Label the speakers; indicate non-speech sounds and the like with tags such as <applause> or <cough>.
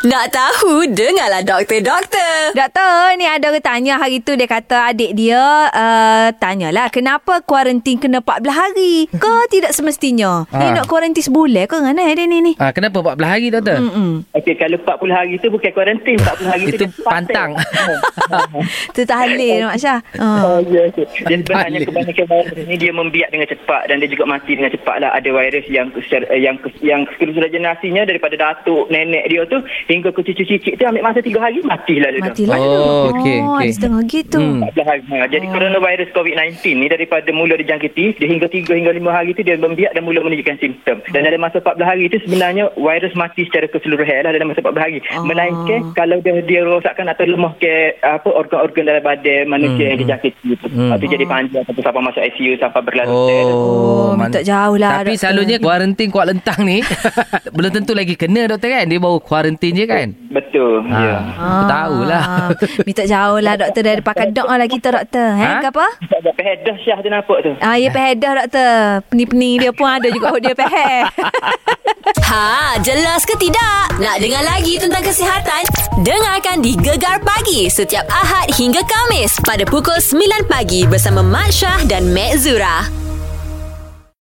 Speaker 1: Nak tahu, dengarlah doktor-doktor.
Speaker 2: Doktor, ni ada orang tanya hari tu dia kata adik dia uh, tanyalah kenapa kuarantin kena 14 hari ke
Speaker 3: <laughs>
Speaker 2: tidak semestinya. Ha. Eh,
Speaker 3: Ha.
Speaker 2: nak kuarantin sebulan ke dengan eh, dia ni ni.
Speaker 3: Ha, kenapa 14 hari doktor?
Speaker 2: Mm-mm.
Speaker 4: Okey, kalau 40 hari tu bukan kuarantin, 40 hari tu
Speaker 3: Itu
Speaker 4: dia parting. <laughs>
Speaker 3: pantang.
Speaker 2: Tu
Speaker 3: <laughs>
Speaker 2: tahlil Mak Syah. Ha.
Speaker 4: Oh, ya, okey. Dia
Speaker 3: Balik.
Speaker 4: sebenarnya kebanyakan virus ni dia membiak dengan cepat dan dia juga mati dengan cepat lah. Ada virus yang secara- eh, yang yang keseluruhan generasinya daripada datuk, nenek dia tu hingga ke cucu-cicit tu ambil masa 3 hari matilah dia. tu.
Speaker 2: Matilah.
Speaker 3: Oh, okey,
Speaker 2: Oh, ada
Speaker 3: okey.
Speaker 2: setengah gitu.
Speaker 3: Hmm.
Speaker 4: 14 hari. Ha, jadi
Speaker 2: Oh.
Speaker 4: coronavirus COVID-19 ni daripada mula dijangkiti dia hingga 3 hingga 5 hari tu dia membiak dan mula menunjukkan simptom. Dan dalam masa 14 hari tu sebenarnya virus mati secara keseluruhan lah dalam masa 14 hari.
Speaker 2: Ah.
Speaker 4: Melainkan kalau dia dia rosakkan atau lemah ke apa organ-organ dalam badan manusia yang dijangkiti tu.
Speaker 3: Hmm.
Speaker 4: Hmm. Itu jadi panjang sampai sampai masuk ICU sampai berlalu.
Speaker 2: Oh, minta jauh lah, doktor.
Speaker 3: Tapi selalunya kuarantin Kuala Lentang ni <laughs> belum tentu lagi kena doktor kan. Dia baru kuarantin je kan.
Speaker 4: Betul.
Speaker 3: Ha.
Speaker 4: Ya.
Speaker 3: Aku tahulah.
Speaker 2: Ah, Minta jauh lah doktor dari pakai dok lah kita doktor. Ha?
Speaker 3: Ha? Eh.
Speaker 2: Ke apa?
Speaker 4: Tak pedah syah tu nampak tu.
Speaker 2: Ah, ya peheh dah doktor. Pening-pening dia pun ada juga dia <laughs> peheh.
Speaker 1: Ha, jelas ke tidak? Nak dengar lagi tentang kesihatan? Dengarkan di Gegar Pagi setiap Ahad hingga Kamis pada pukul 9 pagi bersama Mat Syah dan Mat Zura.